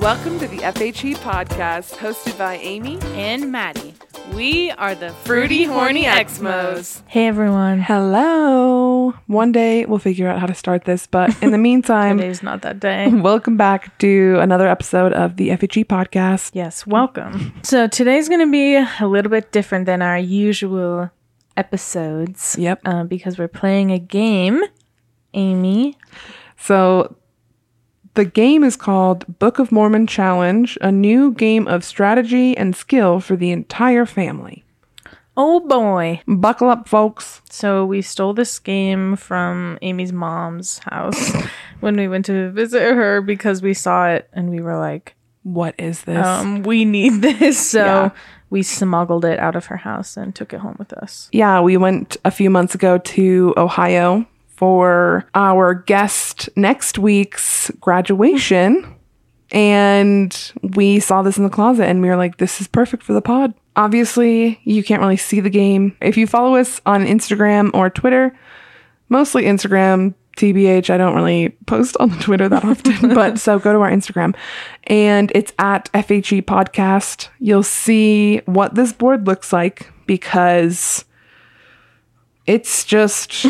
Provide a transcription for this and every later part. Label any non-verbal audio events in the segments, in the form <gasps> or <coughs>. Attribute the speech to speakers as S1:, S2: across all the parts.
S1: Welcome to the FHE podcast hosted by Amy.
S2: and Maddie. We are the
S1: Fruity Horny Exmos.
S2: Hey everyone.
S1: Hello. One day we'll figure out how to start this, but <laughs> in the meantime,
S2: Today's not that day. <laughs>
S1: welcome back to another episode of the FHE podcast.
S2: Yes, welcome. So today's going to be a little bit different than our usual episodes.
S1: Yep.
S2: Uh, because we're playing a game. Amy,
S1: So the game is called Book of Mormon Challenge, a new game of strategy and skill for the entire family.
S2: oh boy.
S1: Buckle up, folks.
S2: So we stole this game from Amy's mom's house <laughs> when we went to visit her because we saw it and we were like,
S1: What is this?
S2: um, we need <laughs> this. So
S1: Yeah.
S2: we smuggled it out of her house and took it home with us. <laughs>
S1: Yeah, we went a few months ago to Ohio for our guest next week's graduation. And we saw this in the closet and we were like, this is perfect for the pod. Obviously, you can't really see the game. If you follow us on Instagram or Twitter, mostly Instagram, TBH, I don't really post on <laughs> the Twitter that often, but so go to our Instagram and it's at FHE Podcast. You'll see what this board looks like because it's just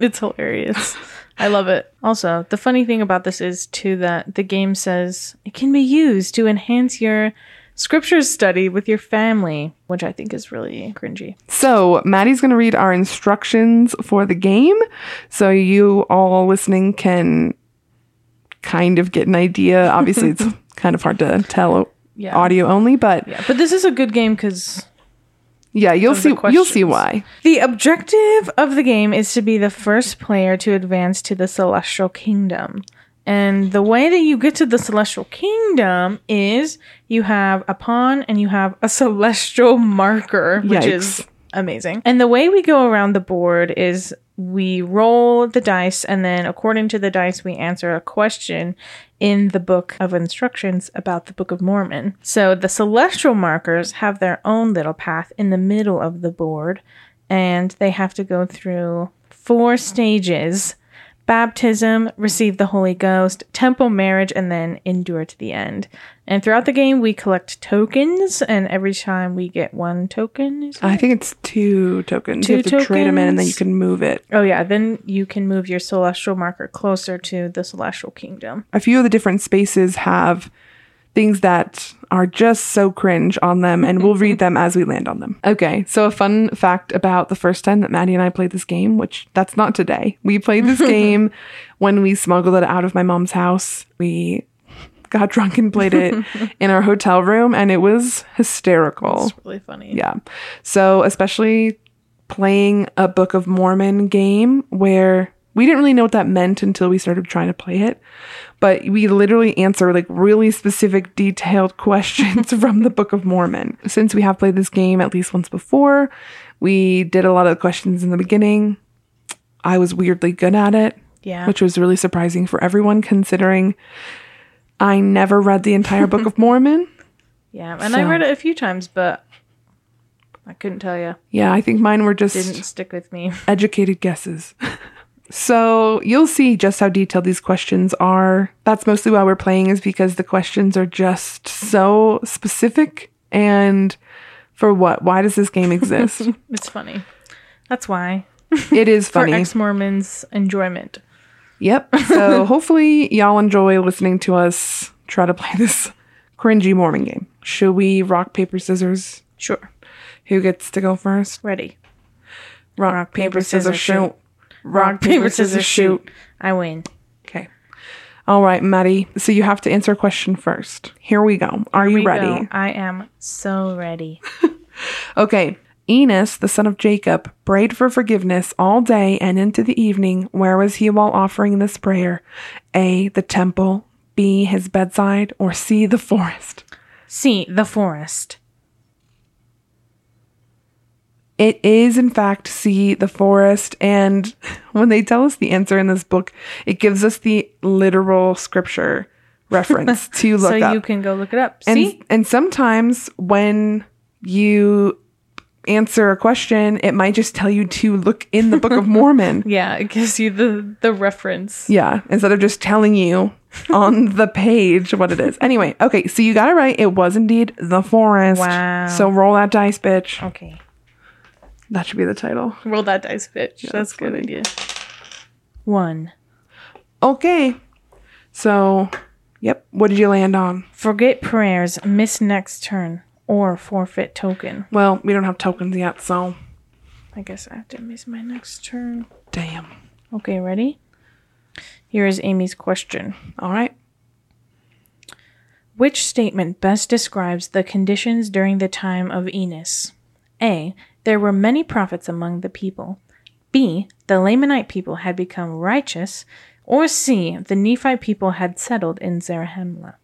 S2: It's hilarious. I love it. Also, the funny thing about this is too that the game says it can be used to enhance your scripture study with your family, which I think is really cringy.
S1: so Maddie's going to read our instructions for the game so you all listening can kind of get an
S2: <laughs>
S1: idea. Obviously, it's kind of hard to tell
S2: Yeah.
S1: audio only, but
S2: Yeah, but this is a good game because
S1: yeah, you'll
S2: Of the
S1: see you'll see why.
S2: questions. the objective of the game is to be the first player to advance to the celestial kingdom. And the way that you get to the celestial kingdom is you have a pawn and you have a <laughs> celestial marker, which is
S1: Yikes.
S2: amazing. And the way we go around the board is we roll the dice, and then according to the dice, we answer a question in the book of instructions about the Book of Mormon. So the celestial markers have their own little path in the middle of the board, and they have to go through four stages baptism, receive the Holy Ghost, temple marriage, and then endure to the end. And throughout the game, we collect tokens, and every time we get one token, is
S1: I think it's two tokens. you have
S2: Two
S1: to trade them in and then
S2: tokens.
S1: you can move it.
S2: Oh yeah, then you can move your celestial marker closer to the celestial kingdom.
S1: A few of the different spaces have things that are just so cringe on them, and we'll read them as we land on them. Okay, so a fun fact about the first time that Maddie and I played this game, which that's not today. We played <laughs> this game when we smuggled it out of my mom's house. We got <laughs> drunk and played it in our hotel room, and it was hysterical.
S2: It's really funny.
S1: Yeah. So, especially playing a Book of Mormon game where we didn't really know what that meant until we started trying to play it. But we literally answer like really specific, detailed <laughs> questions from the Book of Mormon. Since we have played this game at least once before, we did a lot of the questions in the beginning. I was weirdly good at it,
S2: Yeah.
S1: which was really surprising for everyone considering I never read the entire Book
S2: <laughs>
S1: of Mormon.
S2: yeah. And
S1: So-
S2: I read it a few times, but I couldn't tell you.
S1: Yeah, I think mine were just
S2: <laughs> Didn't stick with me.
S1: educated guesses. <laughs> so you'll see just how detailed these questions are. That's mostly why we're playing, is because the questions are just so specific and for what? Why does this game exist?
S2: It's funny. That's why.
S1: it is funny.
S2: For ex Mormons enjoyment.
S1: yep. So hopefully y'all enjoy listening to us try to play this cringy Mormon game. Should we rock, paper, scissors?
S2: Sure.
S1: Who gets to go first?
S2: Ready.
S1: Rock,
S2: paper,
S1: paper, scissors,
S2: scissors, shoot.
S1: shoot. Rock, paper, scissors, shoot.
S2: I win.
S1: Okay. All right, Maddie. So you have to answer a question first. Here we go. Are you
S2: We
S1: ready?
S2: go. I am so ready.
S1: Okay. Enos, the son of Jacob, prayed for forgiveness all day and into the evening. Where was he while offering this prayer? A. The temple. B. His bedside. Or C. The forest.
S2: See the forest.
S1: It is, in fact, C. The forest. And <laughs> when they tell us the answer in this book, it gives us the literal scripture
S2: <laughs>
S1: reference to look
S2: so
S1: up.
S2: you can go look it up.
S1: And,
S2: See?
S1: and sometimes when you answer a question, it might just tell you to look
S2: <laughs>
S1: in the Book of Mormon.
S2: Yeah, it gives you the the reference.
S1: Yeah, instead of just telling you on the page what it is. Anyway, okay, so you got it right. It was indeed the forest.
S2: Wow.
S1: So roll that dice, bitch.
S2: Okay.
S1: That should be the title.
S2: Roll that dice, bitch. That's a good idea. One.
S1: Okay. So, yep. What did you land on?
S2: Forget prayers, miss next turn, or forfeit token.
S1: Well, we don't have tokens yet, so
S2: I guess I have to miss my next turn.
S1: damn.
S2: Okay, ready? Here is Amy's question.
S1: All right.
S2: Which statement best describes the conditions during the time of Enos? A. There were many prophets among the people. B. The Lamanite people had become righteous. Or C. The Nephite people had settled in Zarahemla.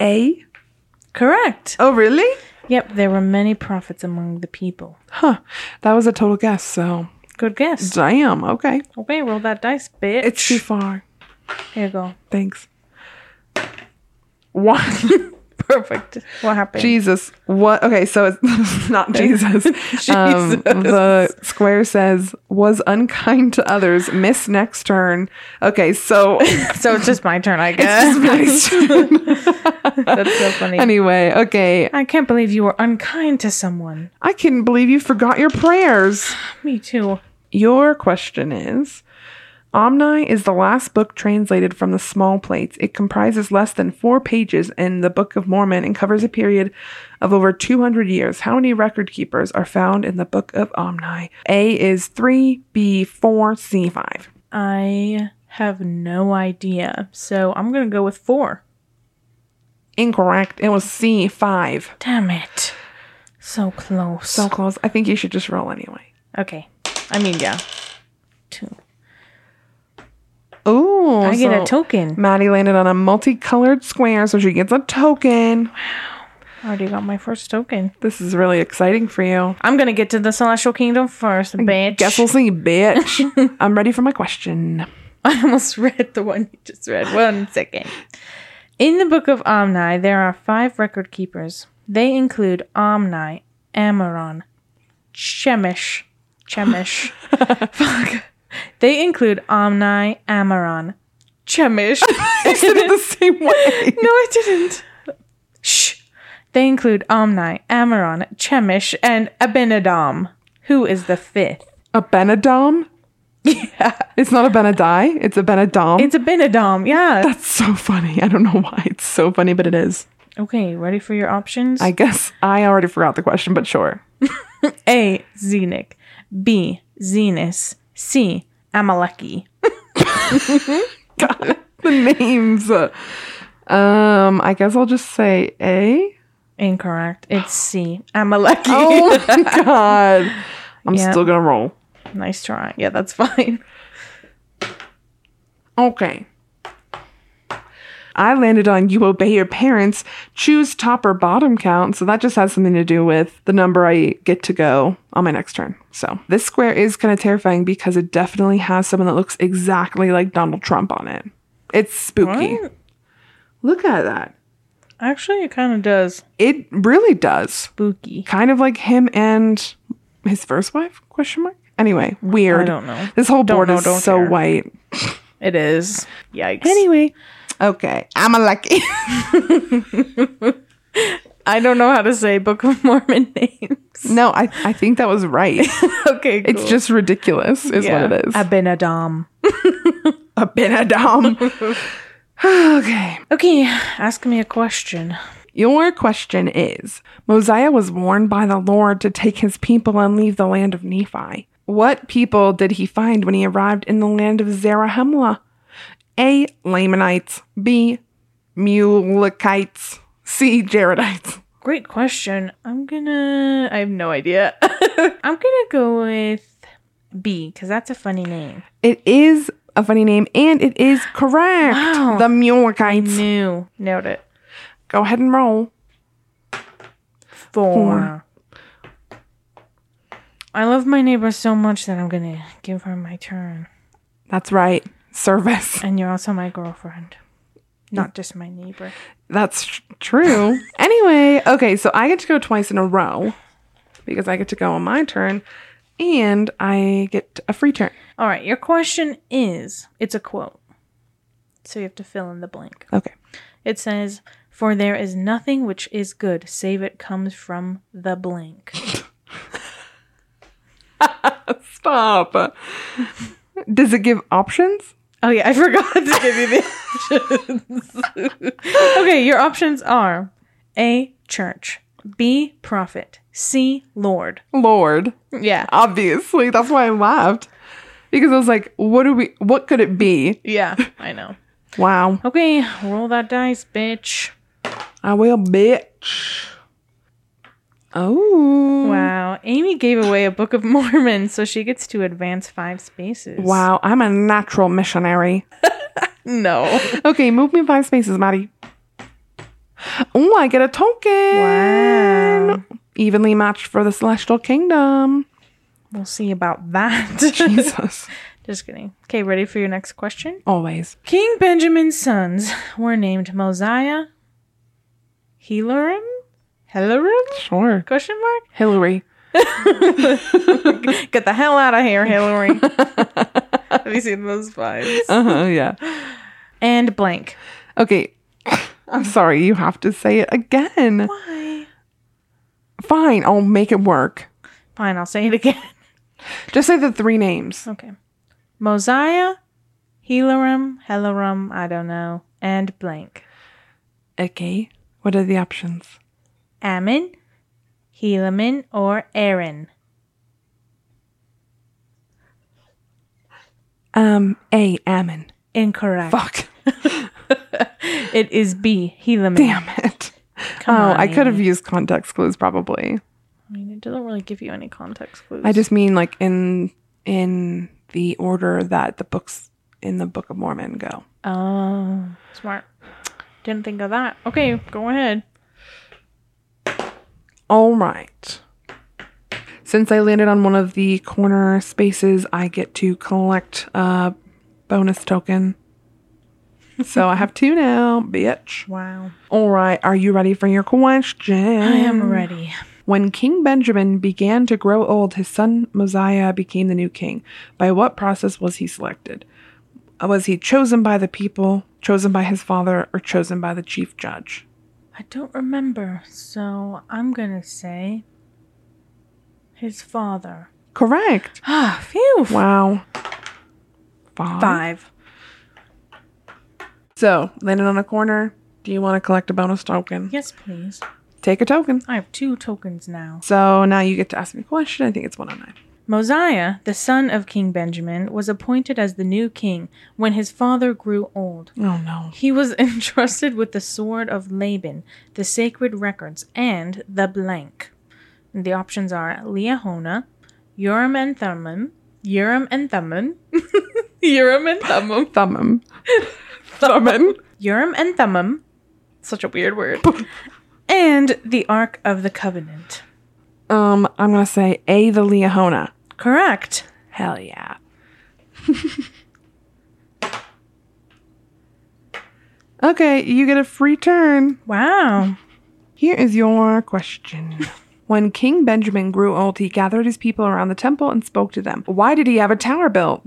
S1: A.
S2: Correct.
S1: Oh, really?
S2: Yep, there were many prophets among the people.
S1: Huh. That was a total guess, so
S2: Good guess.
S1: damn. Okay.
S2: Okay, roll that dice, bitch.
S1: It's too far.
S2: Here you go.
S1: Thanks. <laughs> One.
S2: Perfect. What happened?
S1: Jesus. What? Okay, so it's <laughs> not Jesus. Um, the square says, was unkind to others, miss next turn. Okay, so
S2: <laughs>
S1: <laughs>
S2: So it's just my turn, I guess.
S1: it's just my turn.
S2: <laughs> That's so funny.
S1: anyway, okay.
S2: I can't believe you were unkind to someone.
S1: I couldn't believe you forgot your prayers.
S2: Me too.
S1: Your question is Omni is the last book translated from the small plates. It comprises less than four pages in the Book of Mormon and covers a period of over 200 years. How many record keepers are found in the Book of Omni? A is 3, B 4, C 5.
S2: I have no idea. So I'm going to go with four.
S1: Incorrect. It was C 5.
S2: Damn it. So close.
S1: So close. I think you should just roll anyway.
S2: okay. I mean, yeah. Two.
S1: Ooh.
S2: I get
S1: so
S2: a token.
S1: Maddie landed on a multicolored square, so she gets a token.
S2: I already got my first token.
S1: This is really exciting for you.
S2: I'm going to get to the Celestial Kingdom first, bitch.
S1: Guess we'll see,
S2: <laughs>
S1: bitch. I'm ready for my question. <laughs>
S2: I almost read the one you just read. One second. In the book of Omni, there are five record keepers. They include Omni, Amaron, Chemish, Chemish. Fuck. They include Omni, Amaron, Chemish.
S1: I said it the same way.
S2: no, I didn't. Shh. They include Omni, Amaron, Chemish, and Abinadam, who is the fifth.
S1: A Benadom?
S2: Yeah.
S1: It's not a Benadai. It's a Benadom.
S2: It's Abinadam, yeah.
S1: <laughs> That's so funny. I don't know why it's so funny, but it is.
S2: Okay, ready for your options?
S1: I guess I already forgot the question, but sure. <laughs>
S2: A. Zenic. B. Zenos. C. Amaleki.
S1: God, the names. Um, I guess I'll just say A.
S2: Incorrect. It's C. Amaleki.
S1: Oh my God. I'm
S2: Yeah.
S1: still going to roll.
S2: <laughs> Nice try. Yeah, that's fine.
S1: Okay. I landed on you obey your parents, choose top or bottom count. So that just has something to do with the number I get to go on my next turn. So this square is kind of terrifying because it definitely has someone that looks exactly like Donald Trump on it. It's spooky.
S2: What?
S1: Look at that.
S2: Actually, it kind of does.
S1: It really does.
S2: Spooky.
S1: Kind of like him and his first wife? Question mark. Anyway, weird.
S2: I don't know.
S1: This whole
S2: Don't
S1: board
S2: know,
S1: is
S2: don't
S1: so
S2: care.
S1: white.
S2: It is. Yikes.
S1: Anyway, okay. I'm a lucky.
S2: I don't know how to say Book of <laughs> Mormon
S1: <laughs>
S2: names.
S1: No, I, I think that was right.
S2: okay, cool.
S1: It's just ridiculous, is what it is.
S2: Abinadam.
S1: Abinadom. <laughs> okay.
S2: Okay, ask me a question.
S1: Your question is Mosiah was warned by the Lord to take his people and leave the land of Nephi. What people did he find when he arrived in the land of Zarahemla? A. Lamanites. B. Mulekites. C. Jaredites.
S2: Great question. I'm gonna. I have no idea. <laughs> I'm gonna go with B because that's a funny name.
S1: It is a funny name and it is correct.
S2: Wow. Mm.
S1: The Mulekites.
S2: New. Nailed it.
S1: Go ahead and roll.
S2: Four. I love my neighbor so much that I'm gonna give her my turn.
S1: That's right. Service. <laughs>
S2: And you're also my girlfriend. Not just my neighbor.
S1: That's tr- true. anyway, okay, so I get to go twice in a row because I get to go on my turn and I get a free turn.
S2: All right, your question is it's a quote. So you have to fill in the blank.
S1: Okay.
S2: It says, For there is nothing which is good, save it comes from the blank.
S1: Stop. Does it give options?
S2: Oh, yeah, I <laughs> forgot to give you the options. <laughs> okay, your options are A, church, B, prophet, C, Lord.
S1: Lord.
S2: Yeah.
S1: Obviously. That's why I laughed. Because I was like, what do we what could it be?
S2: Yeah, I know.
S1: Wow.
S2: Okay, roll that dice, bitch.
S1: I will bitch. Oh.
S2: Wow. Amy gave away a Book of <laughs> Mormon, so she gets to advance five spaces.
S1: Wow, I'm a natural missionary.
S2: No.
S1: Okay, move me five spaces, Maddie. Oh, I get a token.
S2: Wow.
S1: Evenly matched for the celestial kingdom.
S2: We'll see about that. <laughs>
S1: Jesus.
S2: Just kidding. Okay, ready for your next question?
S1: Always.
S2: King Benjamin's sons were named Mosiah, Helarim, Helarim?
S1: Sure.
S2: Question mark?
S1: Hillary.
S2: Get the hell out of
S1: <laughs>
S2: here, Hillary. Have you seen those vibes?
S1: Uh-huh, yeah.
S2: And blank.
S1: Okay. <coughs> I'm sorry, you have to say it again.
S2: Why?
S1: Fine, I'll make it work.
S2: Fine, I'll say it again. <laughs>
S1: Just say the three names.
S2: Okay. Mosiah, Helarim, Helarim, I don't know, and blank.
S1: Okay. What are the options?
S2: Ammon, Helaman, or Aaron.
S1: Um, A. Ammon.
S2: Incorrect.
S1: Fuck.
S2: <laughs> It is B, Helaman.
S1: Damn it.
S2: Come
S1: oh,
S2: on,
S1: I could have
S2: Amy.
S1: used context clues probably.
S2: I mean, it doesn't really give you any context clues.
S1: I just mean like in in the order that the books in the Book of Mormon go.
S2: Oh, smart. Didn't think of that. Okay, go ahead.
S1: All right. Since I landed on one of the corner spaces, I get to collect a bonus token. so I have two now, bitch.
S2: Wow. Hmm.
S1: All right, are you ready for your question?
S2: I am ready.
S1: When King Benjamin began to grow old, his son Mosiah became the new king. By what process was he selected? Was he chosen by the people, chosen by his father, or chosen by the chief judge?
S2: I don't remember, so I'm gonna say his father.
S1: Correct.
S2: Ah, phew.
S1: Wow. Five.
S2: Five.
S1: So, landed on a corner. Do you want to collect a bonus token?
S2: Yes, please.
S1: Take a token.
S2: I have two tokens now.
S1: So now you get to ask me a question. I think it's 109.
S2: Mosiah, the son of King Benjamin, was appointed as the new king when his father grew old.
S1: Oh, no.
S2: He was <laughs> entrusted with the sword of Laban, the sacred records, and the blank. And the options are Leahona, Urim and Thummim, Urim and Thummim, <laughs> Urim and
S1: <laughs>
S2: Thummim,
S1: Thummim. Thummim.
S2: Urim and Thummim, such a weird word, <laughs> and the Ark of the Covenant.
S1: Um, I'm going to say A, the Leahona.
S2: Correct.
S1: Hell yeah. <laughs> okay, you get a free turn.
S2: Wow.
S1: Here is your <laughs> question. When King Benjamin grew old, he gathered his people around the temple and spoke to them. Why did he have a tower built?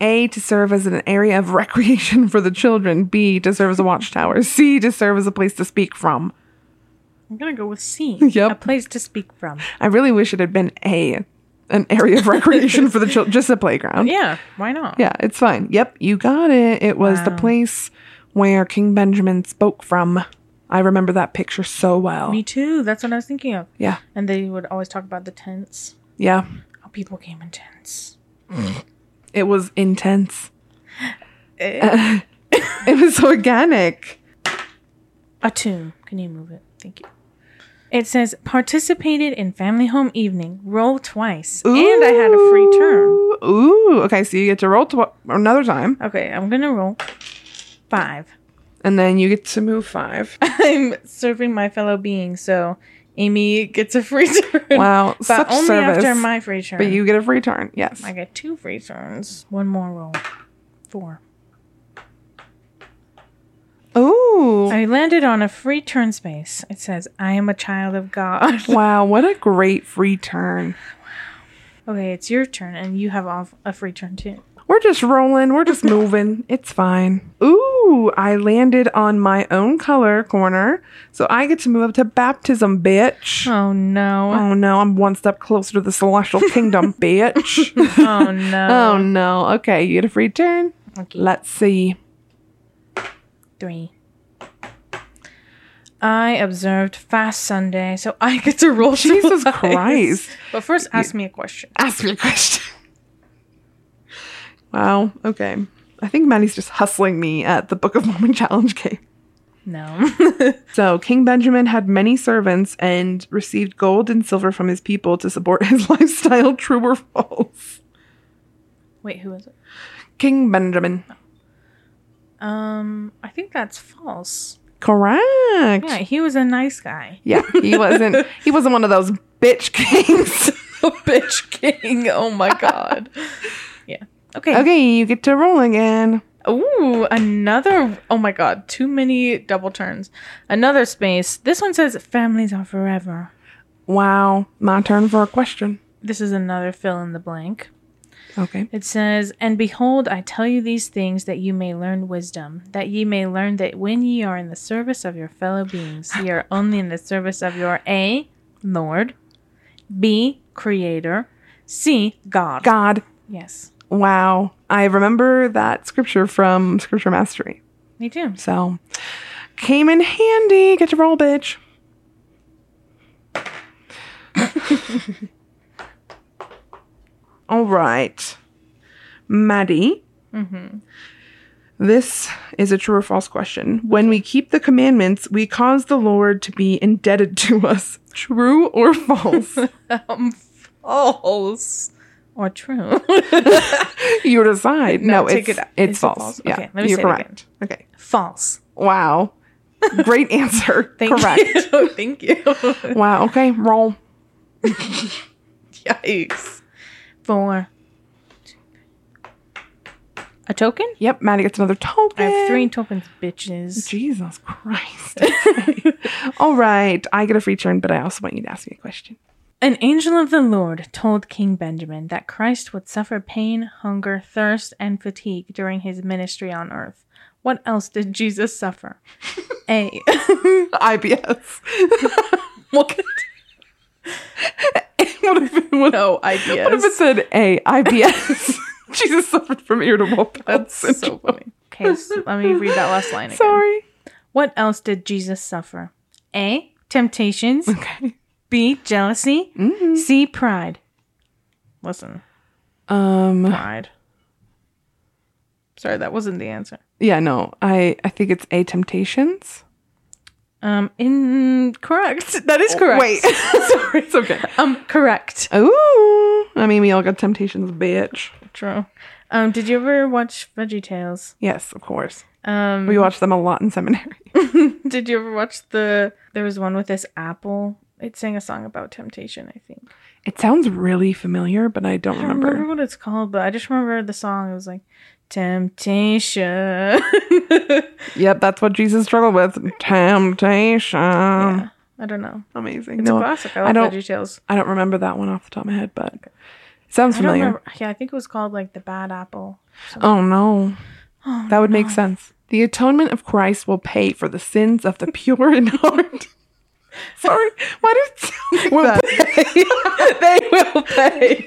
S1: A, to serve as an area of <laughs> recreation for the children. B, to serve as a watchtower. C, to serve as a place to speak from.
S2: I'm going to go with <laughs> C.
S1: Yep.
S2: A place to speak from.
S1: I really wish it had been A, an area of <laughs> recreation for the children, just a playground.
S2: Yeah, why not?
S1: Yeah, it's fine. Yep, you got it. It was the
S2: Wow.
S1: place where King Benjamin spoke from. I remember that picture so well.
S2: Me too. That's what I was thinking of.
S1: Yeah,
S2: And they would always talk about the tents,
S1: yeah.
S2: how people came in tents.
S1: It was intense.
S2: <laughs>
S1: It was <laughs> organic.
S2: A tune. Can you move it? Thank you. It says participated in family home evening. Roll twice, and I had a free turn.
S1: Ooh, Ooh, okay. So you get to roll tw- another time,
S2: Okay, I'm gonna roll five. <laughs>
S1: and then you get to move five.
S2: I'm serving my fellow being, so Amy gets a free <laughs> turn.
S1: Wow,
S2: but
S1: such
S2: only
S1: service.
S2: after my free turn.
S1: but you get a free turn.
S2: <laughs>
S1: Yes.
S2: I get two free turns. One more roll. Four.
S1: Ooh.
S2: I landed on a free turn space. It says, "I am a child of God." <laughs>
S1: wow, what a great free turn.
S2: Okay, it's your turn, and you have off a free turn too.
S1: We're just rolling. We're <laughs> just moving. It's fine. Ooh, I landed on my own color corner. So I get to move up to baptism, bitch.
S2: Oh no.
S1: Oh no, I'm one step closer to the celestial <laughs> kingdom, bitch.
S2: Oh <laughs> no.
S1: <laughs> Oh no. Okay, you get a free turn. Let's see.
S2: Three. I observed Fast Sunday, so <laughs> I get to roll.
S1: Jesus
S2: twice.
S1: Christ.
S2: But first, ask me a question.
S1: Ask me a question. wow. Okay. I think Maddie's just hustling me at the Book of Mormon <laughs> challenge game.
S2: No.
S1: So, King Benjamin had many servants and received gold and silver from his people to support <laughs> his lifestyle, true or false.
S2: <laughs> Wait, who is it?
S1: King Benjamin.
S2: Um, I think that's false.
S1: Correct.
S2: Yeah, he was a nice guy.
S1: Yeah, <laughs> he wasn't he wasn't one of those bitch <laughs> kings.
S2: <laughs> a bitch king. Oh my god. <laughs> yeah. Okay.
S1: okay, you get to roll again.
S2: Ooh, another. Oh my god, too many double turns. Another space. This one says families are forever.
S1: Wow, my turn for a question.
S2: This is another fill in the blank.
S1: Okay.
S2: It says, And behold, I tell you these things that you may learn wisdom, that ye may learn that when ye are in the service of your fellow beings, ye are only in the service of your A, Lord, B, Creator, C, God.
S1: God,
S2: Yes,
S1: wow. I remember that scripture from Scripture Mastery.
S2: me too.
S1: So, came in handy. Get to roll, bitch. All right. Maddie,
S2: Mm-hmm.
S1: this is a true or false question. When we keep the commandments, we cause the Lord to be indebted to us. True or
S2: <laughs>
S1: false?
S2: <laughs> Um, false. Or <laughs> true.
S1: you decide.
S2: No,
S1: No,
S2: take
S1: it's,
S2: it out.
S1: it's
S2: Is it
S1: false.
S2: false?
S1: Yeah,
S2: Okay, let me
S1: you're
S2: say it again.
S1: correct. Okay.
S2: false.
S1: Wow. Great answer.
S2: <laughs> Thank
S1: correct.
S2: you. Thank you.
S1: Wow. Okay. Roll.
S2: Yikes. <laughs> Four. A token?
S1: Yep, Maddie gets another token.
S2: I have three tokens, <laughs> bitches.
S1: Jesus Christ. <laughs> All right, I get a free turn, but I also want you to ask me a <laughs> question.
S2: An angel of the Lord told King Benjamin that Christ would suffer pain, hunger, thirst, and fatigue during his ministry on earth. What else did Jesus suffer? A.
S1: IBS.
S2: <laughs> What? <laughs>
S1: what if it would,
S2: No
S1: what <laughs> if it
S2: ideas.
S1: said A, <laughs> IBS? Jesus suffered from irritable bowel
S2: That's so
S1: syndrome.
S2: funny. Okay, so let me read that last <laughs> line again.
S1: Oh, Sorry.
S2: What else did Jesus suffer? A. Temptations.
S1: Okay.
S2: B. Jealousy.
S1: Mhm.
S2: C. Pride. Listen,
S1: Um.
S2: pride. Sorry, that wasn't the answer.
S1: Yeah. No. I. I think it's A. Temptations.
S2: Um, incorrect. <laughs> That is
S1: Oh, <laughs>
S2: correct.
S1: Wait. Sorry. It's okay.
S2: Um, correct.
S1: Ooh. I mean, we all got temptations, bitch.
S2: True. Um, did you ever watch Veggie Tales?
S1: Yes, of course.
S2: Um, <laughs>
S1: We watched them a lot in seminary.
S2: did you ever watch the? There was one with this apple. It sang a song about temptation. I think.
S1: It sounds really familiar, but I don't
S2: I don't
S1: remember.
S2: remember what it's called, but I just remember the song. It was like temptation. <laughs>
S1: Yep, that's what Jesus struggled with. Temptation.
S2: yeah, I don't know.
S1: Amazing.
S2: It's
S1: no,
S2: a classic. I
S1: I
S2: love
S1: don't-
S2: Veggie Tales.
S1: I don't remember that one off the top of my head, but it sounds
S2: I don't
S1: familiar.
S2: remember. Yeah, I think it was called like the
S1: <laughs>
S2: Bad Apple. <laughs>
S1: Oh no.
S2: Oh,
S1: That would
S2: no.
S1: make sense. The atonement of Christ will pay for the sins of the pure in
S2: <laughs>
S1: heart. Sorry, why did it sound like that?
S2: they will pay.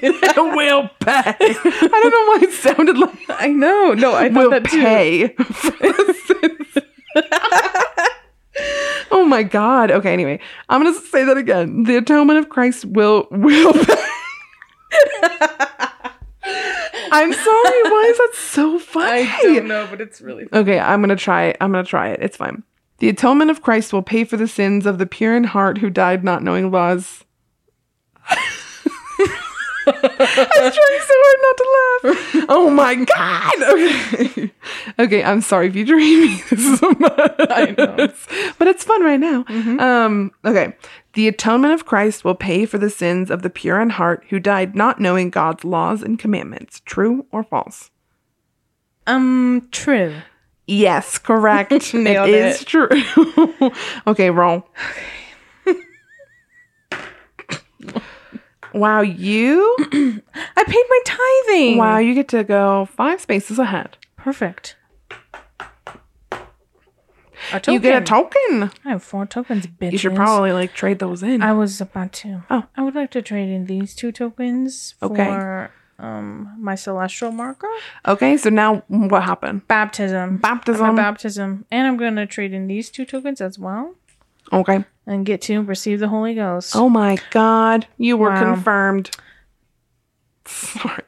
S1: <laughs>
S2: <laughs>
S1: will pay. I don't know why it sounded like
S2: I know. No, I thought
S1: will
S2: that too.
S1: pay for the sins. <laughs> oh my god. Okay, anyway. I'm gonna say that again. The atonement of Christ will will pay. <laughs> I'm sorry, why is that so funny?
S2: I don't know, but it's really
S1: Okay, I'm gonna try it. I'm gonna try it. It's fine. The atonement of Christ will pay for the sins of the pure in heart who died not knowing laws. I was trying so hard not to laugh. Oh my god. Okay. Okay, I'm sorry, future Amy. <laughs> This is a mess.
S2: I know.
S1: But it's fun right now.
S2: Mhm.
S1: Um, okay. The atonement of Christ will pay for the sins of the pure in heart who died not knowing God's laws and commandments. True or false?
S2: um true.
S1: Yes, correct. <laughs> it
S2: Nailed
S1: is
S2: it.
S1: true. okay, roll. Wow, you?
S2: I paid my
S1: <clears throat>
S2: tithing.
S1: wow, you get to go five spaces ahead.
S2: Perfect. A
S1: You get a
S2: token.
S1: token.
S2: I have four tokens, bitches.
S1: You should probably like trade those in.
S2: I was about to.
S1: Oh.
S2: I would like to trade in these two tokens
S1: Okay.
S2: for um my celestial marker,
S1: okay, so now what happened?
S2: baptism, my
S1: Baptism.
S2: baptism, and I'm gonna trade in these two tokens as well
S1: okay.
S2: and get to receive the Holy Ghost.
S1: Oh my God, you were
S2: Wow.
S1: <laughs> confirmed. Sorry,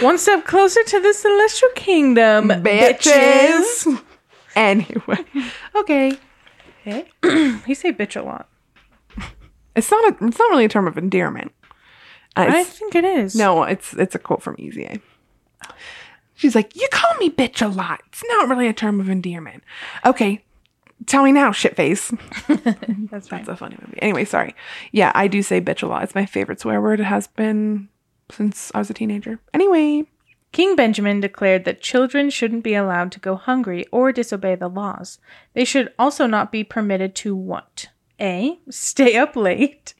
S2: One step closer to the celestial kingdom, bitches.
S1: bitches. <laughs> Anyway, <laughs> okay.
S2: <clears throat> He say bitch a lot.
S1: It's not a. It's not really a term of endearment. Uh,
S2: I
S1: it's-
S2: think it is.
S1: No, it's it's a quote from EZA. She's like, "You call me bitch a lot. It's not really a term of endearment." Okay, tell me now, shitface.
S2: that's right.
S1: It's a funny movie. Anyway, sorry. Yeah, I do say bitch a lot. It's my favorite swear word. It has been since I was a teenager. Anyway,
S2: King Benjamin declared that children shouldn't be allowed to go hungry or disobey the laws. They should also not be permitted to what? A. Stay up late.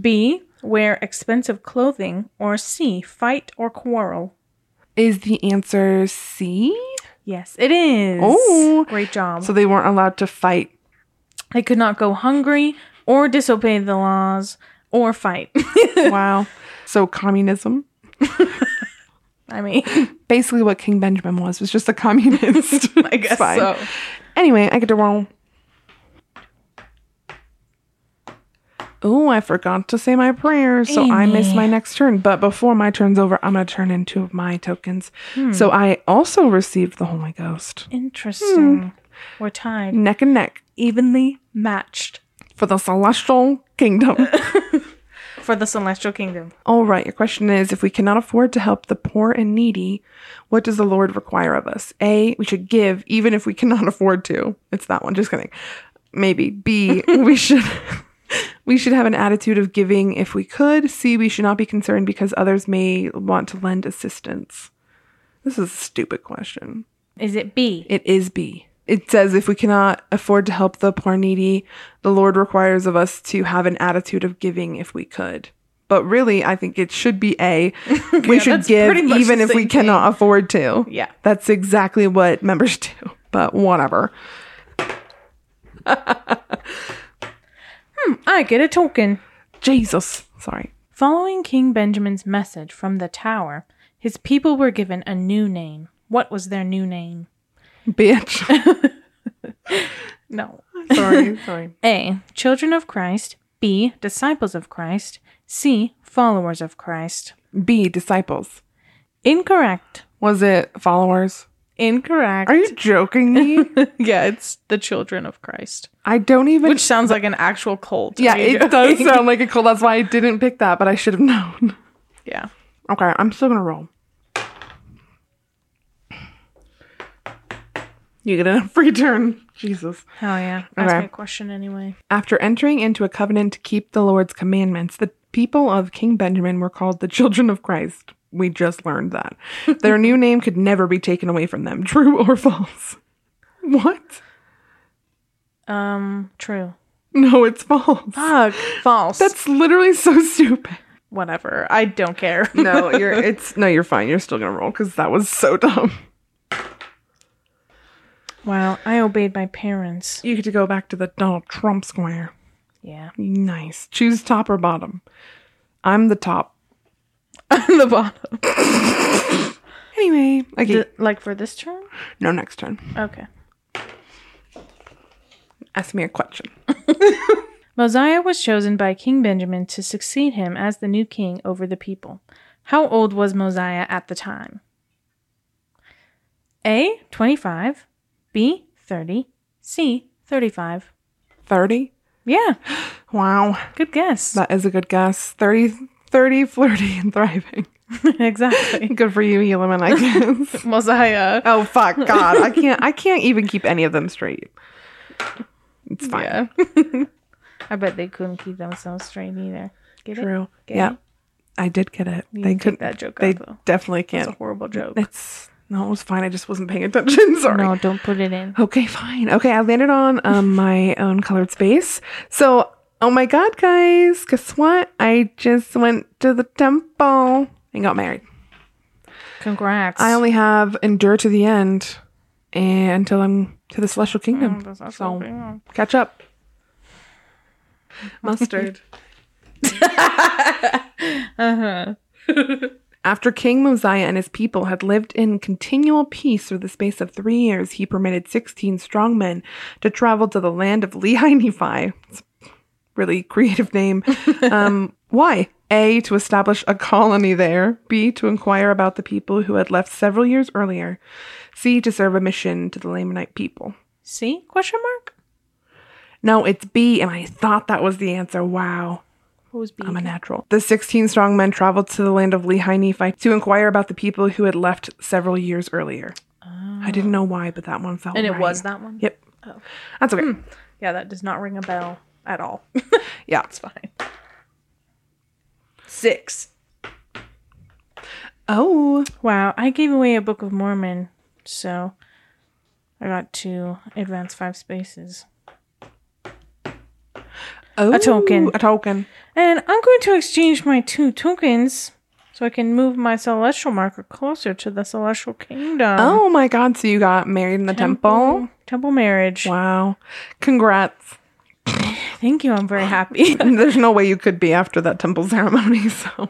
S2: B. Wear expensive clothing. Or C. Fight or quarrel.
S1: is the answer C?
S2: Yes, it is.
S1: Oh.
S2: Great job.
S1: So they weren't allowed to fight.
S2: they could not go hungry or disobey the laws or fight. <laughs>
S1: Wow. so communism.
S2: I mean,
S1: Basically, what King Benjamin was was just a communist.
S2: <laughs>
S1: <laughs>
S2: I guess
S1: Fine.
S2: so.
S1: Anyway, I get to roll. Oh, I forgot to say my prayer, so I miss
S2: Amy.
S1: my next turn. But before my turn's over, I'm going to turn in two of my tokens.
S2: Hmm.
S1: So I also received the Holy Ghost.
S2: Interesting. We're tied.
S1: Neck and neck
S2: Evenly matched
S1: for the celestial
S2: <laughs>
S1: kingdom.
S2: for the celestial kingdom.
S1: All right, your question is if we cannot afford to help the poor and needy, what does the Lord require of us? A, we should give even if we cannot <laughs> afford to. It's that one, just kidding. Maybe. B, we should we should have an attitude of giving if we could. C, we should not be concerned because others may want to lend assistance. This is a stupid question.
S2: Is it B?
S1: It is B. It says if we cannot afford to help the poor needy, the Lord requires of us to have an attitude of giving if we could. But really, I think it should be
S2: <laughs>
S1: A. We should
S2: that's
S1: give
S2: pretty much
S1: even
S2: the
S1: if we
S2: same
S1: cannot afford to.
S2: Yeah.
S1: That's exactly what members <laughs> do. But whatever.
S2: I get a token.
S1: Jesus. Sorry.
S2: Following King Benjamin's message from the tower, his people were given a new name. What was their new name? <laughs>
S1: Bitch.
S2: No. <laughs>
S1: sorry. Sorry.
S2: A. Children of Christ. B. Disciples of Christ. C. Followers of Christ.
S1: B. Disciples.
S2: Incorrect.
S1: Was it followers?
S2: Incorrect.
S1: Are you joking
S2: <laughs>
S1: me?
S2: yeah, it's the children of Christ,
S1: I don't even.
S2: which sounds like an actual cult.
S1: yeah,
S2: Are you
S1: it does
S2: joking?
S1: sound like a cult. That's why I didn't pick that, but I should have known.
S2: <laughs> Yeah.
S1: Okay, I'm still gonna roll. You get a <laughs> free turn. Jesus.
S2: Hell yeah. Ask
S1: Okay.
S2: me a question anyway.
S1: After entering into a covenant to keep the Lord's commandments, the people of King Benjamin were called the children of Christ. We just learned <laughs> that. Their new name could never be taken away from them, <laughs> true or false. What?
S2: Um, true.
S1: No, it's false.
S2: Fuck. False.
S1: That's literally so stupid.
S2: whatever. I don't care.
S1: <laughs>
S2: <laughs>
S1: No, <laughs> you're it's no, you're fine. You're still gonna roll because that was so <laughs> dumb.
S2: Wow, I obeyed my parents.
S1: You get to go back to the Donald Trump square.
S2: <laughs> Yeah.
S1: Nice. Choose top or bottom. I'm the top.
S2: the bottom.
S1: Anyway, okay.
S2: like for this term?
S1: no, next turn.
S2: Okay.
S1: Ask me a question.
S2: Mosiah was chosen by King Benjamin to succeed him as the new king over the people. How old was Mosiah at the time? A. 25. B. 30. C. 35.
S1: 30?
S2: Yeah,
S1: Wow.
S2: good guess.
S1: That is a good guess. 30, 30 flirty and thriving.
S2: <laughs>
S1: <laughs>
S2: exactly.
S1: Good for you, Helaman, I
S2: <laughs>
S1: guess.
S2: Mosiah.
S1: oh fuck god. I can't I can't even keep any of them straight. It's fine.
S2: Yeah. <laughs> I bet they couldn't keep themselves straight either. Get it?
S1: True.
S2: Get
S1: yeah.
S2: it?
S1: I did get it.
S2: You
S1: they
S2: can take
S1: could
S2: that joke
S1: They
S2: out, though.
S1: definitely
S2: It's a
S1: can't.
S2: horrible joke.
S1: It's no, it was fine. I just wasn't paying attention. <laughs> Sorry.
S2: <laughs> No, don't put it in.
S1: Okay, fine. Okay, I landed on um, my own colored space. So Oh my God, guys. Guess what? I just went to the temple and got married.
S2: Congrats.
S1: I only have endure to the end and until I'm to the celestial kingdom. so catch up. <laughs> Mustard.
S2: Uh-huh.
S1: After King Mosiah and his people had lived in continual peace for the space of three years, he permitted 16 strong men to travel to the land of Lehi Nephi. It's a really creative <laughs> name. um, why? A, to establish a colony there. B, to inquire about the people who had left several years earlier. C, to serve a mission to the Lamanite people.
S2: See? Question mark?
S1: No, it's B, and I thought that was the answer. Wow.
S2: What was B?
S1: I'm a natural. The 16 strong men traveled to the land of Lehi Nephi to inquire about the people who had left several years earlier. I didn't know why, but that one felt
S2: and it
S1: right.
S2: was that Oh. Hmm. one?
S1: Yep. That's okay.
S2: Yeah, that does not ring a bell at all. <laughs>
S1: Yeah.
S2: it's fine. Six.
S1: Oh.
S2: Wow, I gave away a Book of Mormon, so I got to advance five spaces.
S1: oh.
S2: token.
S1: A token.
S2: And I'm going to exchange my two tokens so I can move my celestial marker closer to the celestial kingdom.
S1: oh my god. So you got married in the temple?
S2: Temple marriage.
S1: Wow. Congrats. <laughs>
S2: Thank you. I'm very happy. <laughs>
S1: There's no way you could be after that temple ceremony. <laughs> So,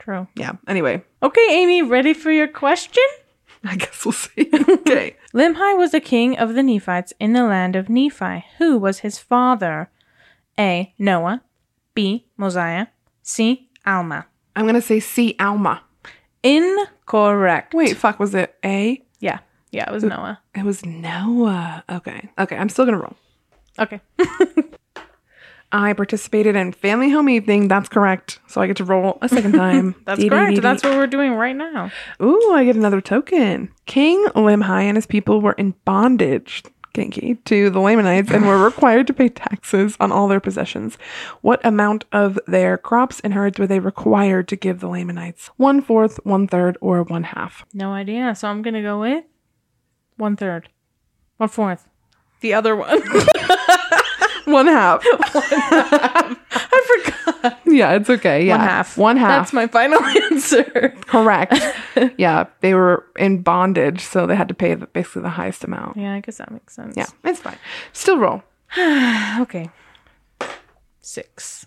S2: True.
S1: yeah. Anyway,
S2: Okay, Amy, ready for your question?
S1: I guess we'll see. <laughs> okay.
S2: Limhi was the king of the Nephites in the land of Nephi. Who was his father? A. Noah. B. Mosiah. C. Alma.
S1: I'm going to say C. Alma.
S2: Incorrect.
S1: Wait, fuck. Was it A?
S2: Yeah. Yeah, it was Noah.
S1: It was Noah. Okay. Okay. I'm still going to roll.
S2: Okay. <laughs>
S1: I participated in family home evening. That's correct. So I get to roll a
S2: <laughs>
S1: second time.
S2: That's
S1: Dee dee dee
S2: correct.
S1: dee.
S2: That's what we're doing right now.
S1: Ooh, I get another token. King Limhi and his people were in bondage, kinky, to the Lamanites and
S2: <laughs>
S1: were required to pay taxes on all their possessions. What amount of their crops and herds were they required to give the Lamanites? One fourth, one third, or one half?
S2: No idea. So I'm gonna go with one third, one fourth, the other one. <laughs>
S1: One half.
S2: I forgot.
S1: <laughs> yeah, it's okay. Yeah.
S2: One half.
S1: One half.
S2: That's my final <laughs> answer.
S1: Correct.
S2: <laughs>
S1: yeah, they were in bondage, so they had to pay the, basically the highest amount.
S2: Yeah, I guess that makes sense.
S1: Yeah, it's fine. Still roll.
S2: Okay. Six.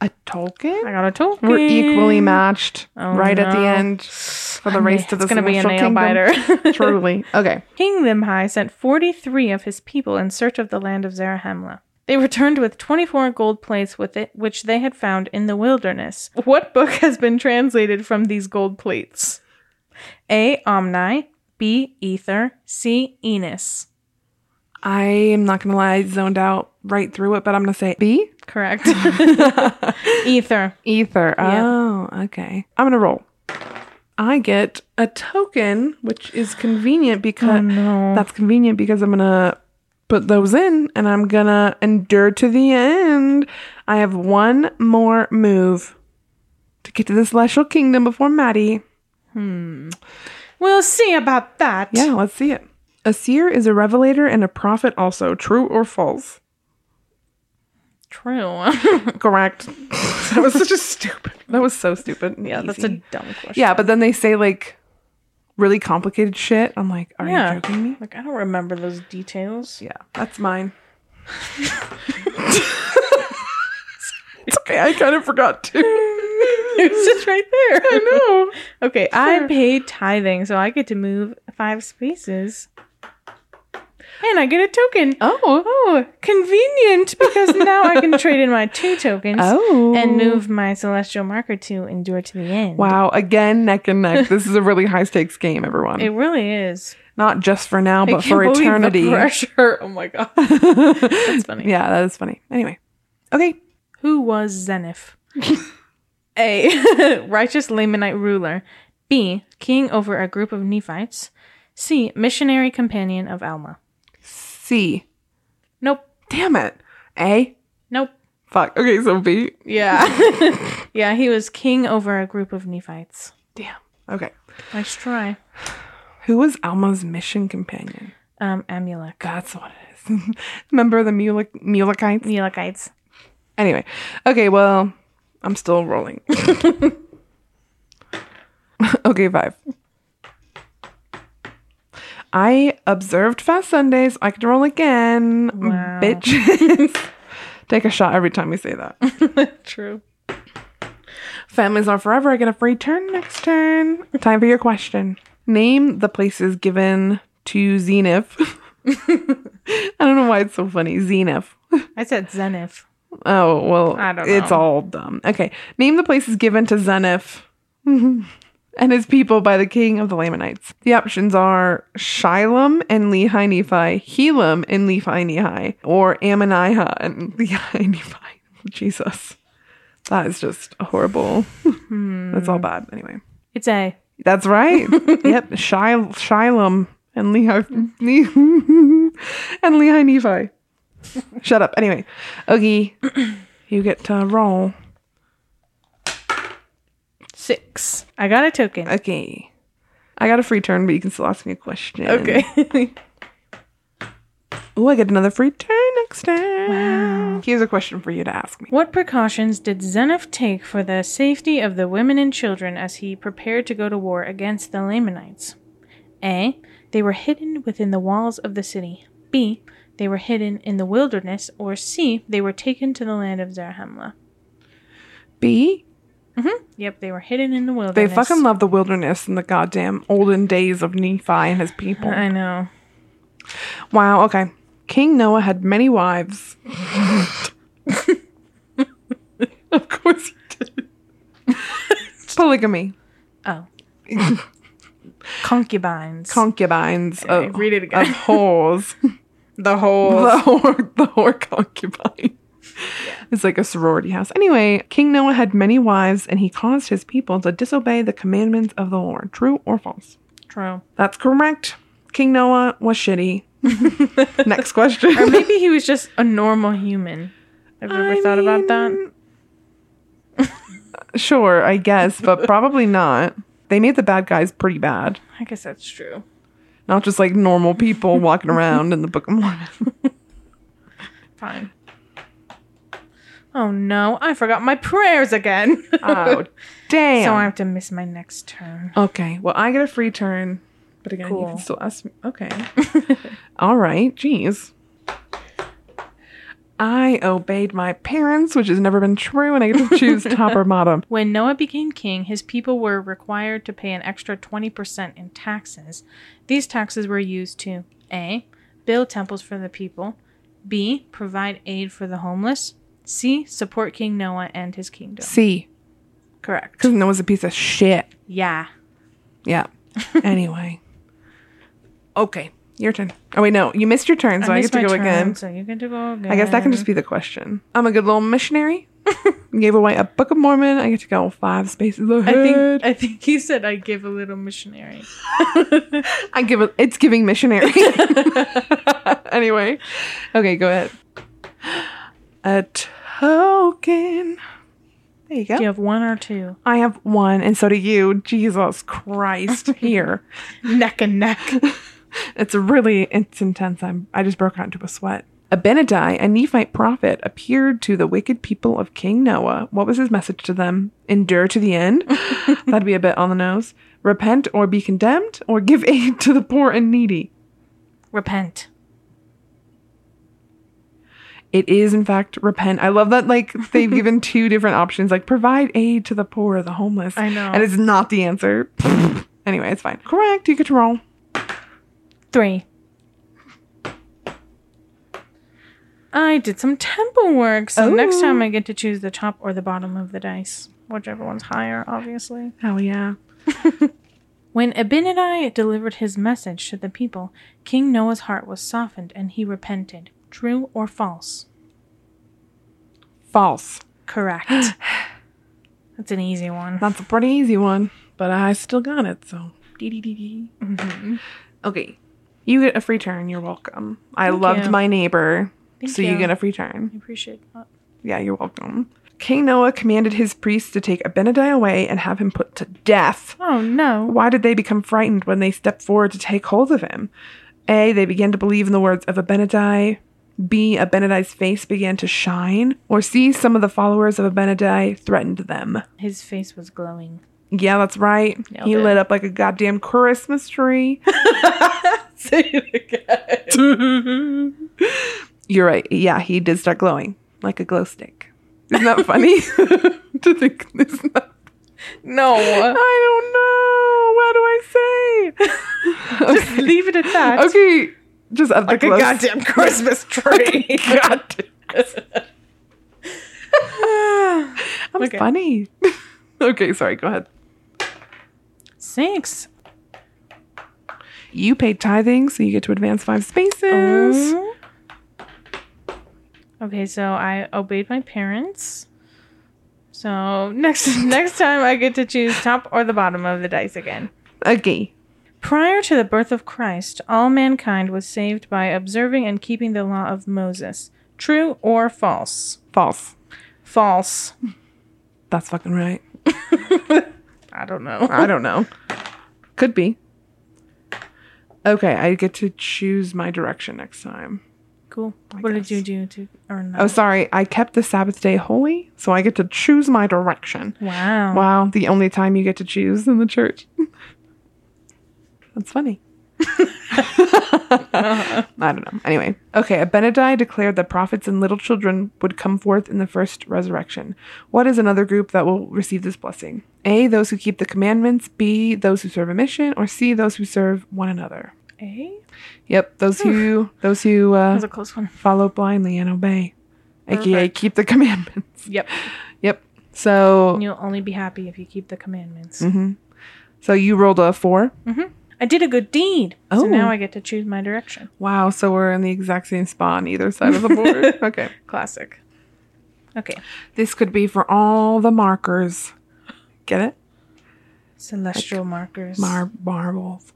S1: A token?
S2: I got a token.
S1: We're equally matched
S2: Oh,
S1: right at the
S2: no.
S1: end for the race to the
S2: It's gonna be a
S1: celestial
S2: nail
S1: kingdom. <laughs>
S2: biter.
S1: Truly.
S2: <laughs>
S1: Okay.
S2: King Limhi sent 43 of his people in search of the land of Zarahemla. They returned with 24 gold plates with it, which they had found in the wilderness. What book <laughs> has been translated from these gold plates? A. Omni, B. Ether, C. Enos.
S1: I am not going to lie, I zoned out right through it, but I'm going to say B. <laughs>
S2: Correct. Ether.
S1: Ether.
S2: Yeah.
S1: Oh, okay. I'm going to roll. I get a token, which is convenient because
S2: no.
S1: that's convenient because I'm going to put those in and I'm going to endure to the end. I have one more move to get to the celestial kingdom before Maddie.
S2: We'll see about that.
S1: Yeah, let's see it. A seer is a revelator and a prophet also. True or <laughs> false? <laughs>
S2: True.
S1: Correct. that was <laughs> such a stupid. That was so stupid.
S2: yeah, that's a dumb question.
S1: Yeah, but then they say like really complicated shit. I'm like, are
S2: Yeah.
S1: you joking me?
S2: Like, I don't remember those details.
S1: Yeah, that's mine. it's okay. I kind of forgot
S2: <laughs>
S1: too.
S2: It's just right there.
S1: I
S2: know. <laughs> Okay, I paid tithing, so I get to move five spaces. And I get a token.
S1: oh.
S2: Oh, convenient because now I can trade in my two
S1: <laughs>
S2: tokens
S1: Oh.
S2: and move my celestial marker to endure to the end.
S1: Wow. Again, neck and neck. This is a really high stakes game, everyone.
S2: It really is.
S1: Not just for now,
S2: I
S1: but
S2: can't
S1: for
S2: believe the
S1: eternity.
S2: pressure. <laughs> Oh
S1: <laughs>
S2: my god. That's funny.
S1: Yeah, that is funny. Anyway. Okay.
S2: Who was <laughs> Zenith? A. <laughs> Righteous Lamanite ruler. B. King over a group of Nephites. C. Missionary companion of Alma.
S1: C.
S2: Nope.
S1: Damn it. A.
S2: Nope.
S1: Fuck. Okay, so B.
S2: Yeah. <laughs> yeah, he was king over a group of Nephites.
S1: Damn. Okay.
S2: Nice try.
S1: Who was Alma's mission companion?
S2: Um, Amulek.
S1: <laughs> That's what it is. Remember the Mulek- Mulekites?
S2: <laughs> Amalekites.
S1: Anyway, okay, well, I'm still rolling. <laughs> okay, five. I observed Fast Sunday, so I can roll again.
S2: Wow.
S1: Bitches. <laughs> Take a shot every time we say that. <laughs>
S2: True.
S1: Families are forever. I get a free turn next turn. Time for your question. Name the places given to Zenith. <laughs> I don't know why it's so funny. Zenith.
S2: I said Zenith.
S1: Oh, well,
S2: I don't
S1: it's
S2: know.
S1: all dumb. Okay. Name the places given to Zenith <laughs> and his people by the king of the Lamanites. The options are Shilom and Lehi Nephi, Helam and Lehi Nehi, or Ammonihah and <laughs> Lehi Nephi. Jesus. That is just horrible. <laughs> That's
S2: Hmm.
S1: all bad. Anyway.
S2: It's A.
S1: That's <laughs> right. yep, Shil- Shilem and Lehi <laughs> Ne- and Lehi Nephi. Shut up. Anyway, Oogie, you get to roll.
S2: Six. I got a token.
S1: Okay, I got a free turn, but you can still ask me a question.
S2: <laughs> Okay.
S1: Oh, I get another free turn next turn. Wow. Here's a question for you to ask me.
S2: what precautions did Zenith take for the safety of the women and children as he prepared to go to war against the Lamanites? A. They were hidden within the walls of the city. B. They were hidden in the wilderness. Or C. They were taken to the land of Zarhamla.
S1: B.
S2: Yep, they were hidden in the
S1: They
S2: wilderness.
S1: fucking love the wilderness and the goddamn olden days of Nephi and his people.
S2: I know.
S1: Wow. Okay. King Noah had many wives. <laughs> of course he did. <laughs> Polygamy, <laughs>
S2: Oh. Concubines.
S1: concubines of,
S2: read it
S1: of
S2: <laughs> again.
S1: whores, <laughs>
S2: the
S1: the
S2: whole.
S1: whore, the whore concubine. It's like a sorority house. Anyway, King Noah had many wives, and he caused his people to disobey the commandments of the Lord. True or false? <laughs>
S2: True.
S1: That's correct. King Noah was shitty. <laughs> Next question.
S2: Or maybe he was just a normal human. Have you ever
S1: I
S2: thought about that?
S1: mean, <laughs> sure, I guess, but probably not. They made the bad guys pretty bad,
S2: I guess that's true.
S1: not just like normal people walking around in the Book of
S2: <laughs>
S1: Mormon.
S2: Fine. Oh no, I forgot my prayers again.
S1: Oh,
S2: <laughs> so I
S1: <laughs> damn.
S2: have to miss my next turn.
S1: okay, well, I get a free turn, but again, you
S2: Cool.
S1: can still ask me. Okay. <laughs> All right, jeez. I obeyed my parents, which has never been true, and I get to
S2: <laughs>
S1: choose top or bottom.
S2: <laughs> When Noah became king, his people were required to pay an extra 20% in taxes. These taxes were used to A. Build temples for the people, B. Provide aid for the homeless, C. Support King Noah and his kingdom.
S1: C,
S2: Correct.
S1: because Noah's a piece of shit.
S2: Yeah. <laughs>
S1: Yeah. anyway. Okay, your turn. Oh wait, no, you missed your turn, so I, get
S2: missed
S1: to
S2: my
S1: go
S2: turn,
S1: again.
S2: So you get to go again.
S1: I guess that can just be the question. I'm a good little
S2: <laughs>
S1: missionary. Gave away a Book of Mormon. I get to go five spaces
S2: I
S1: ahead. I,
S2: think I think he said I give a little <laughs> missionary.
S1: give it. It's giving
S2: <laughs>
S1: missionary. <laughs> anyway, okay, go ahead. A token. There you go.
S2: Do you have one or two?
S1: I have one, and so do you. Jesus
S2: <laughs>
S1: Christ! Here.
S2: Neck and neck.
S1: It's really it's intense. I'm I just broke out into a sweat. Abinadi, a Nephite prophet, appeared to the wicked people of King Noah. What was his message to them? Endure to the end. That'd be a bit on the nose. Repent or be condemned, or give aid to the poor and needy.
S2: Repent.
S1: It is, in fact, repent. I love that, like, they've given two different options, like, provide aid to the poor or the homeless.
S2: I know.
S1: And it's not the answer. <laughs> anyway, it's fine. Correct. You get to roll.
S2: Three. I did some temple work, so next
S1: Oh.
S2: time I get to choose the top or the bottom of the dice, whichever one's higher, obviously.
S1: Hell yeah.
S2: When Abinadi delivered his message to the people, King Noah's heart was softened and he repented. True or false?
S1: False.
S2: <gasps> Correct. That's an easy one.
S1: That's a pretty easy one, but I still got it, so. Dee-dee-dee-dee.
S2: Mm-hmm.
S1: Okay. You get a free turn. You're welcome. I
S2: Thank
S1: loved
S2: you.
S1: my neighbor,
S2: Thank
S1: so you.
S2: you.
S1: get a free turn.
S2: I appreciate that.
S1: Yeah, you're welcome. King Noah commanded his priests to take Abinadi away and have him put to death.
S2: Oh no.
S1: Why did they become frightened when they stepped forward to take hold of him? A. They began to believe in the words of Abinadi. B, Abinadi's face began to shine, or C, some of the followers of Abinadi threatened them.
S2: His face was <laughs> glowing.
S1: Yeah, that's right.
S2: Nailed
S1: he
S2: it.
S1: lit up like a goddamn Christmas tree. <laughs>
S2: Say it again.
S1: You're right. Yeah, he did start glowing like a glow stick. Isn't that
S2: <laughs>
S1: funny <laughs> to think? Isn't that <laughs>
S2: no.
S1: I don't know. What do I say?
S2: <laughs> Just leave it at that.
S1: Okay, just at the
S2: Like a
S1: glow
S2: goddamn Christmas tree.
S1: I'm
S2: Okay.
S1: funny. <laughs> okay, sorry. Go ahead.
S2: <laughs> Six.
S1: You paid tithing, so you get to advance five spaces.
S2: Mm-hmm. Okay, so I obeyed my parents. So next <laughs> next time I get to choose top or the bottom of the dice again.
S1: Okay.
S2: Prior to the birth of Christ, all mankind was saved by observing and keeping the law of Moses. True or false?
S1: False.
S2: False.
S1: That's fucking right.
S2: I don't know.
S1: I don't know. Could be. Okay, I get to choose my direction next time.
S2: Cool.
S1: I
S2: what
S1: guess.
S2: did you do to earn that?
S1: Oh, sorry. I kept the Sabbath day holy, so I get to choose my direction.
S2: wow.
S1: Wow, the only time you get to choose in the church. <laughs> That's funny. <laughs> I don't know. Anyway, okay. Abinadi declared that prophets and little children would come forth in the first resurrection. What is another group that will receive this blessing? A. Those who keep the commandments. B. Those who serve a mission. Or C. Those who serve one another.
S2: Eh?
S1: Yep. Those who those who
S2: That
S1: uh,
S2: was a close one.
S1: follow blindly and obey, aka
S2: Perfect.
S1: keep the <laughs> commandments.
S2: Yep.
S1: Yep. So
S2: And you'll only be happy if you keep the commandments.
S1: hmm So you rolled a four.
S2: I did a good deed.
S1: Oh.
S2: So now I get to choose my direction.
S1: Wow. So we're in the exact same spot on either side of the board.
S2: <laughs>
S1: okay.
S2: Classic. Okay.
S1: This could be for all the markers. Get it?
S2: Celestial markers.
S1: Mar- marbles.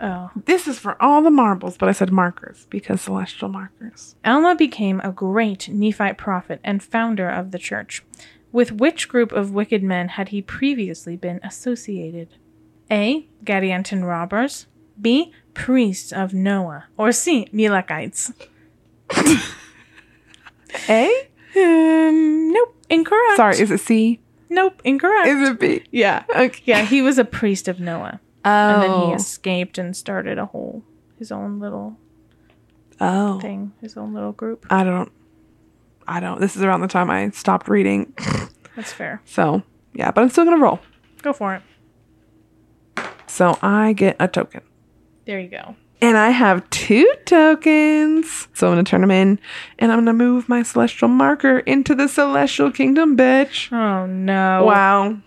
S2: oh.
S1: This is for all the marbles, but I said markers because celestial markers.
S2: Alma became a great Nephite prophet and founder of the church. With which group of wicked men had he previously been associated? A. Gadianton robbers. B. Priests of Noah. Or C. Milakites.
S1: A?
S2: Um, nope. Incorrect.
S1: Sorry, is it C?
S2: Nope. Incorrect.
S1: Is it B?
S2: yeah.
S1: Okay.
S2: Yeah, he was a priest of Noah.
S1: Oh.
S2: and then he escaped and started a whole his own little
S1: oh.
S2: thing, his own little group.
S1: I don't. I don't. This is around the time I stopped reading.
S2: That's fair.
S1: So, yeah, but I'm still going to roll.
S2: Go for it.
S1: So I get a token.
S2: There you go.
S1: And I have two tokens. So I'm going to turn them in and I'm going to move my celestial marker into the celestial kingdom, bitch.
S2: Oh no.
S1: Wow.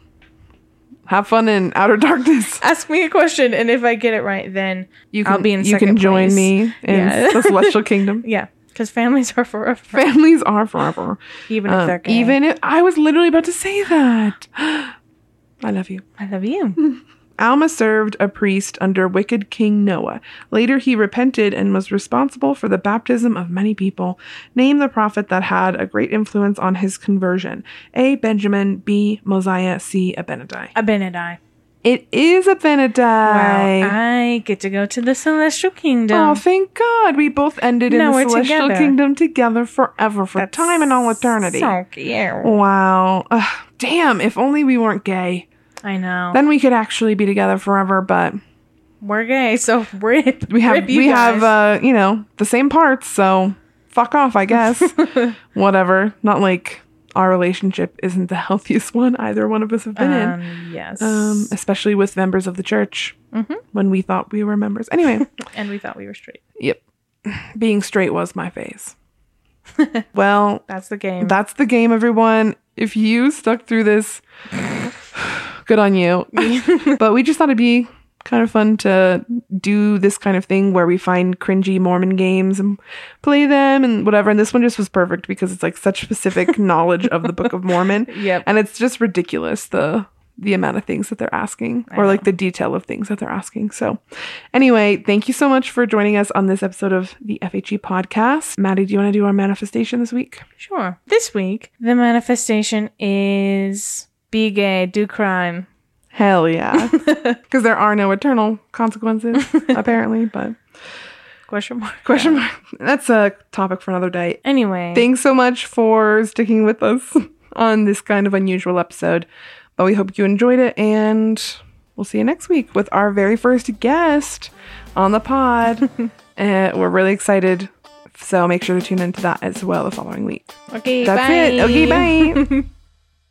S1: Have fun in outer darkness.
S2: Ask me a question and if I get it right then
S1: You can,
S2: I'll be in
S1: you
S2: second
S1: can join
S2: place.
S1: me in
S2: Yeah.
S1: the <laughs> celestial kingdom.
S2: yeah, cuz families are forever
S1: Families are forever.
S2: even if
S1: Um,
S2: they're gay.
S1: even if I was literally about to say that. <gasps> I love you.
S2: I love you.
S1: Alma served a priest under wicked King Noah. Later, he repented and was responsible for the baptism of many people. Name the prophet that had a great influence on his conversion A. Benjamin, B. Mosiah, C. Abinadi.
S2: Abinadi.
S1: It is Abinadi.
S2: Wow. I get to go to the celestial kingdom.
S1: Oh, thank God. We both ended in
S2: Now
S1: the
S2: we're
S1: celestial
S2: together.
S1: kingdom together forever, for
S2: That's
S1: time and all eternity.
S2: So cute.
S1: Wow. Ugh, damn, if only we weren't gay.
S2: I know.
S1: Then we could actually be together forever, but
S2: We're gay, so rip.
S1: we have
S2: rip you
S1: we have
S2: guys.
S1: uh you know the same parts so fuck off i
S2: <laughs>
S1: guess whatever not like our relationship isn't the <laughs> healthiest one either one of us have <laughs> been in
S2: um, yes.
S1: um especially with members of the church
S2: Mhm.
S1: when we thought we were members
S2: <laughs>
S1: anyway
S2: and we thought we were straight.
S1: yep being straight was my
S2: <laughs>
S1: phase well
S2: That's the game.
S1: that's the game everyone if you stuck through this <sighs> good on you <laughs> but we just thought it'd be kind of fun to do this kind of thing where we find cringy Mormon games and play them and whatever. And this one just was perfect because it's like such
S2: <laughs>
S1: specific knowledge of the Book of Mormon.
S2: Yep.
S1: And it's just ridiculous the the amount of things that they're asking
S2: I
S1: or
S2: know.
S1: like the detail of things that they're asking. So anyway, thank you so much for joining us on this episode of the FHE podcast. Maddie, do you want to do our manifestation this week?
S2: Sure. This week, the manifestation is be gay, do crime.
S1: <laughs> Hell yeah. Because there are no eternal consequences, apparently. But
S2: Question mark.
S1: Question mark. That's a topic for another day.
S2: Anyway,
S1: Thanks so much for sticking with us <laughs> on this kind of unusual episode. But we hope you enjoyed it, and we'll see you next week with our very first guest on the <laughs> pod. and we're really excited. So make sure to tune into that as well the following week.
S2: okay,
S1: That's
S2: bye.
S1: it. Okay, bye.